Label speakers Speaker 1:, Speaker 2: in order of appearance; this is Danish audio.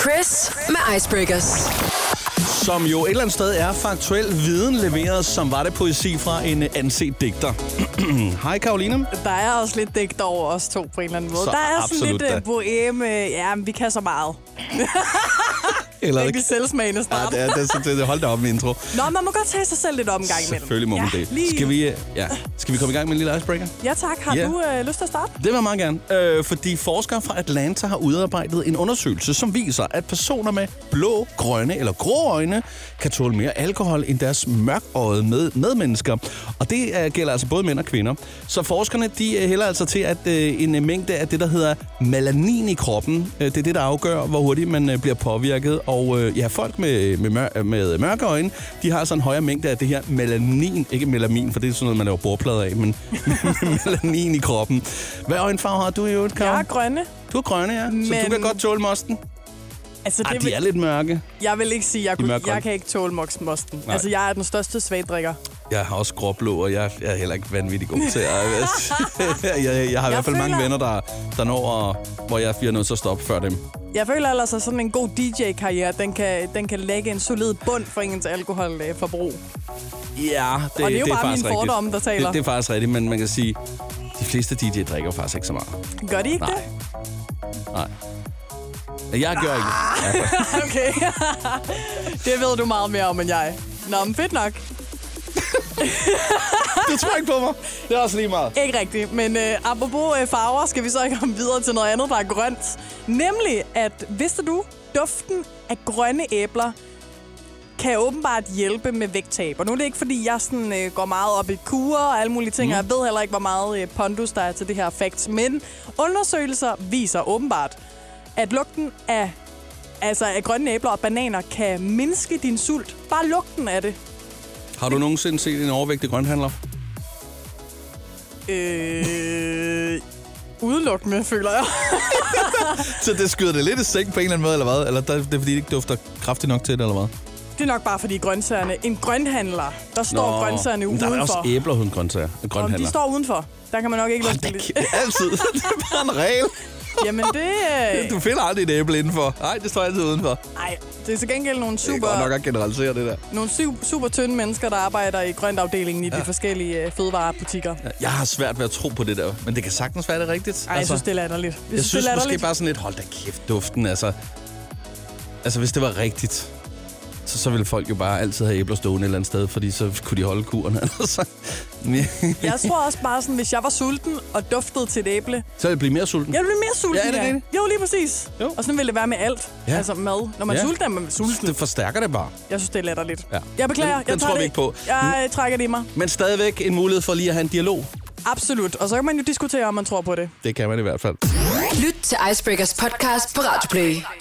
Speaker 1: Chris med Icebreakers.
Speaker 2: Som jo et eller andet sted er faktuel viden leveret, som var det poesi fra en øh, anset digter. Hej Karoline.
Speaker 3: Der er også lidt dækt over os to på en eller anden måde.
Speaker 2: Så
Speaker 3: der er sådan
Speaker 2: absolut
Speaker 3: lidt
Speaker 2: da.
Speaker 3: uh, boeme. Ja, men vi kan så meget.
Speaker 2: Eller
Speaker 3: Rigtig selvsmagende
Speaker 2: Ja,
Speaker 3: start.
Speaker 2: det er, det, er, det, det, hold da op med intro.
Speaker 3: Nå, man må godt tage sig selv lidt om en gang imellem.
Speaker 2: Selvfølgelig må man
Speaker 3: ja,
Speaker 2: det.
Speaker 3: Lige...
Speaker 2: Skal vi, øh, ja. Skal vi komme i gang med en lille icebreaker?
Speaker 3: Ja tak, har
Speaker 2: Ja.
Speaker 3: du øh, lyst til at starte?
Speaker 2: Det vil jeg meget gerne, øh, fordi forskere fra Atlanta har udarbejdet en undersøgelse, som viser, at personer med blå, grønne eller grå øjne kan tåle mere alkohol end deres mørkøjede med, medmennesker. Og det øh, gælder altså både mænd og kvinder. Så forskerne de øh, hælder altså til, at øh, en øh, mængde af det, der hedder melanin i kroppen, øh, det er det, der afgør, hvor hurtigt man øh, bliver påvirket. Og øh, ja, folk med, med, mør- øh, med mørke øjne, de har altså en højere mængde af det her melanin. Ikke melamin, for det er sådan noget, man laver bordplader af, men melanin i kroppen. Hvad øjenfarve har du i øvrigt, Karen?
Speaker 3: Jeg er grønne.
Speaker 2: Du er grønne, ja. Men... Så du
Speaker 3: Men-
Speaker 2: kan godt tåle mosten.
Speaker 3: Altså,
Speaker 2: Ej,
Speaker 3: det
Speaker 2: Ah, de
Speaker 3: vil...
Speaker 2: er lidt mørke.
Speaker 3: Jeg vil ikke sige, jeg, kunne...
Speaker 2: mørkgrønne.
Speaker 3: jeg kan ikke tåle moksmosten.
Speaker 2: Nej.
Speaker 3: Altså, jeg er den største svagdrikker.
Speaker 2: Jeg har også gråblå, og jeg, jeg er heller ikke vanvittig god til at... jeg, jeg, jeg har i hvert fald
Speaker 3: føler-
Speaker 2: mange venner, der, der når, at, hvor jeg bliver nødt til at stoppe før dem.
Speaker 3: Jeg føler ellers, at sådan en god DJ-karriere, den kan, den kan lægge en solid bund for ens øh, alkoholforbrug.
Speaker 2: Ja, det,
Speaker 3: det er jo
Speaker 2: det er
Speaker 3: bare
Speaker 2: faktisk
Speaker 3: mine fordomme,
Speaker 2: rigtigt.
Speaker 3: der taler.
Speaker 2: Det, det er faktisk rigtigt, men man kan sige, de fleste DJ drikker jo faktisk ikke så meget.
Speaker 3: Gør de ikke
Speaker 2: Nej.
Speaker 3: det?
Speaker 2: Nej. Jeg gør ikke.
Speaker 3: Ah.
Speaker 2: Ja,
Speaker 3: Okay. det ved du meget mere om end jeg. Nå, men fedt nok.
Speaker 2: du tror ikke på mig. Det er også lige meget.
Speaker 3: Ikke rigtigt, men øh, apropos øh, farver, skal vi så ikke komme videre til noget andet, der er grønt. Nemlig, at vidste du, duften af grønne æbler kan åbenbart hjælpe med vægttab. Og nu er det ikke, fordi jeg sådan, øh, går meget op i kurer og alle mulige ting, mm. og jeg ved heller ikke, hvor meget øh, pondus der er til det her fakt. Men undersøgelser viser åbenbart, at lugten af, altså af grønne æbler og bananer kan mindske din sult. Bare lugten af det.
Speaker 2: Har du nogensinde set en overvægtig grønthandler?
Speaker 3: Øh, udelukkende, føler jeg.
Speaker 2: Så det skyder det lidt i seng på en eller anden måde, eller hvad? Eller der, det er fordi, det ikke dufter kraftigt nok til det, eller hvad?
Speaker 3: Det er nok bare fordi grøntsagerne. En grønhandler, der står Nå, grøntsagerne
Speaker 2: men Der er også
Speaker 3: udenfor.
Speaker 2: æbler hos en grøntsager. En
Speaker 3: Om de
Speaker 2: grønthandler.
Speaker 3: står udenfor. Der kan man nok ikke
Speaker 2: Hold da
Speaker 3: lugte det.
Speaker 2: kæft, altid. det er bare en regel.
Speaker 3: Jamen det... øh,
Speaker 2: Du finder aldrig et æble indenfor. Nej, det står altid udenfor.
Speaker 3: Ej, det er til gengæld nogle
Speaker 2: Det er
Speaker 3: super,
Speaker 2: godt nok at generalisere det der.
Speaker 3: nogle super, super tynde mennesker, der arbejder i grøntafdelingen i ja. de forskellige øh, fødevarebutikker. Ej,
Speaker 2: Jeg har svært ved at tro på det der, men det kan sagtens være det er rigtigt.
Speaker 3: jeg synes, det er latterligt. Jeg,
Speaker 2: Altså, jeg synes
Speaker 3: det er
Speaker 2: måske
Speaker 3: latterligt.
Speaker 2: bare sådan lidt, hold da kæft, duften, altså. Altså, hvis det var rigtigt, så, så ville folk jo bare altid have æbler stående et eller andet sted, fordi så kunne de holde kurerne. Altså.
Speaker 3: Jeg tror også bare sådan, hvis jeg var sulten og duftede til et æble,
Speaker 2: så ville jeg blive mere sulten.
Speaker 3: jeg ville blive mere sulten.
Speaker 2: Ja, er det
Speaker 3: af.
Speaker 2: det?
Speaker 3: Jo, lige præcis.
Speaker 2: Jo.
Speaker 3: Og sådan ville det være med alt.
Speaker 2: Ja.
Speaker 3: Ja. Altså mad. Når man
Speaker 2: Ja.
Speaker 3: ja. sulten, er man sulten.
Speaker 2: Det forstærker det bare.
Speaker 3: Jeg synes, det er latterligt.
Speaker 2: Ja.
Speaker 3: Jeg beklager.
Speaker 2: Den-
Speaker 3: jeg
Speaker 2: den
Speaker 3: tager
Speaker 2: tror
Speaker 3: det
Speaker 2: vi ikke på.
Speaker 3: Jeg øh, trækker det i mig.
Speaker 2: Men stadigvæk en mulighed for lige at have en dialog.
Speaker 3: Absolut. Og så kan man jo diskutere, om man tror på det.
Speaker 2: Det kan man i hvert fald.
Speaker 1: Lyt til Icebreakers podcast på Radio Play.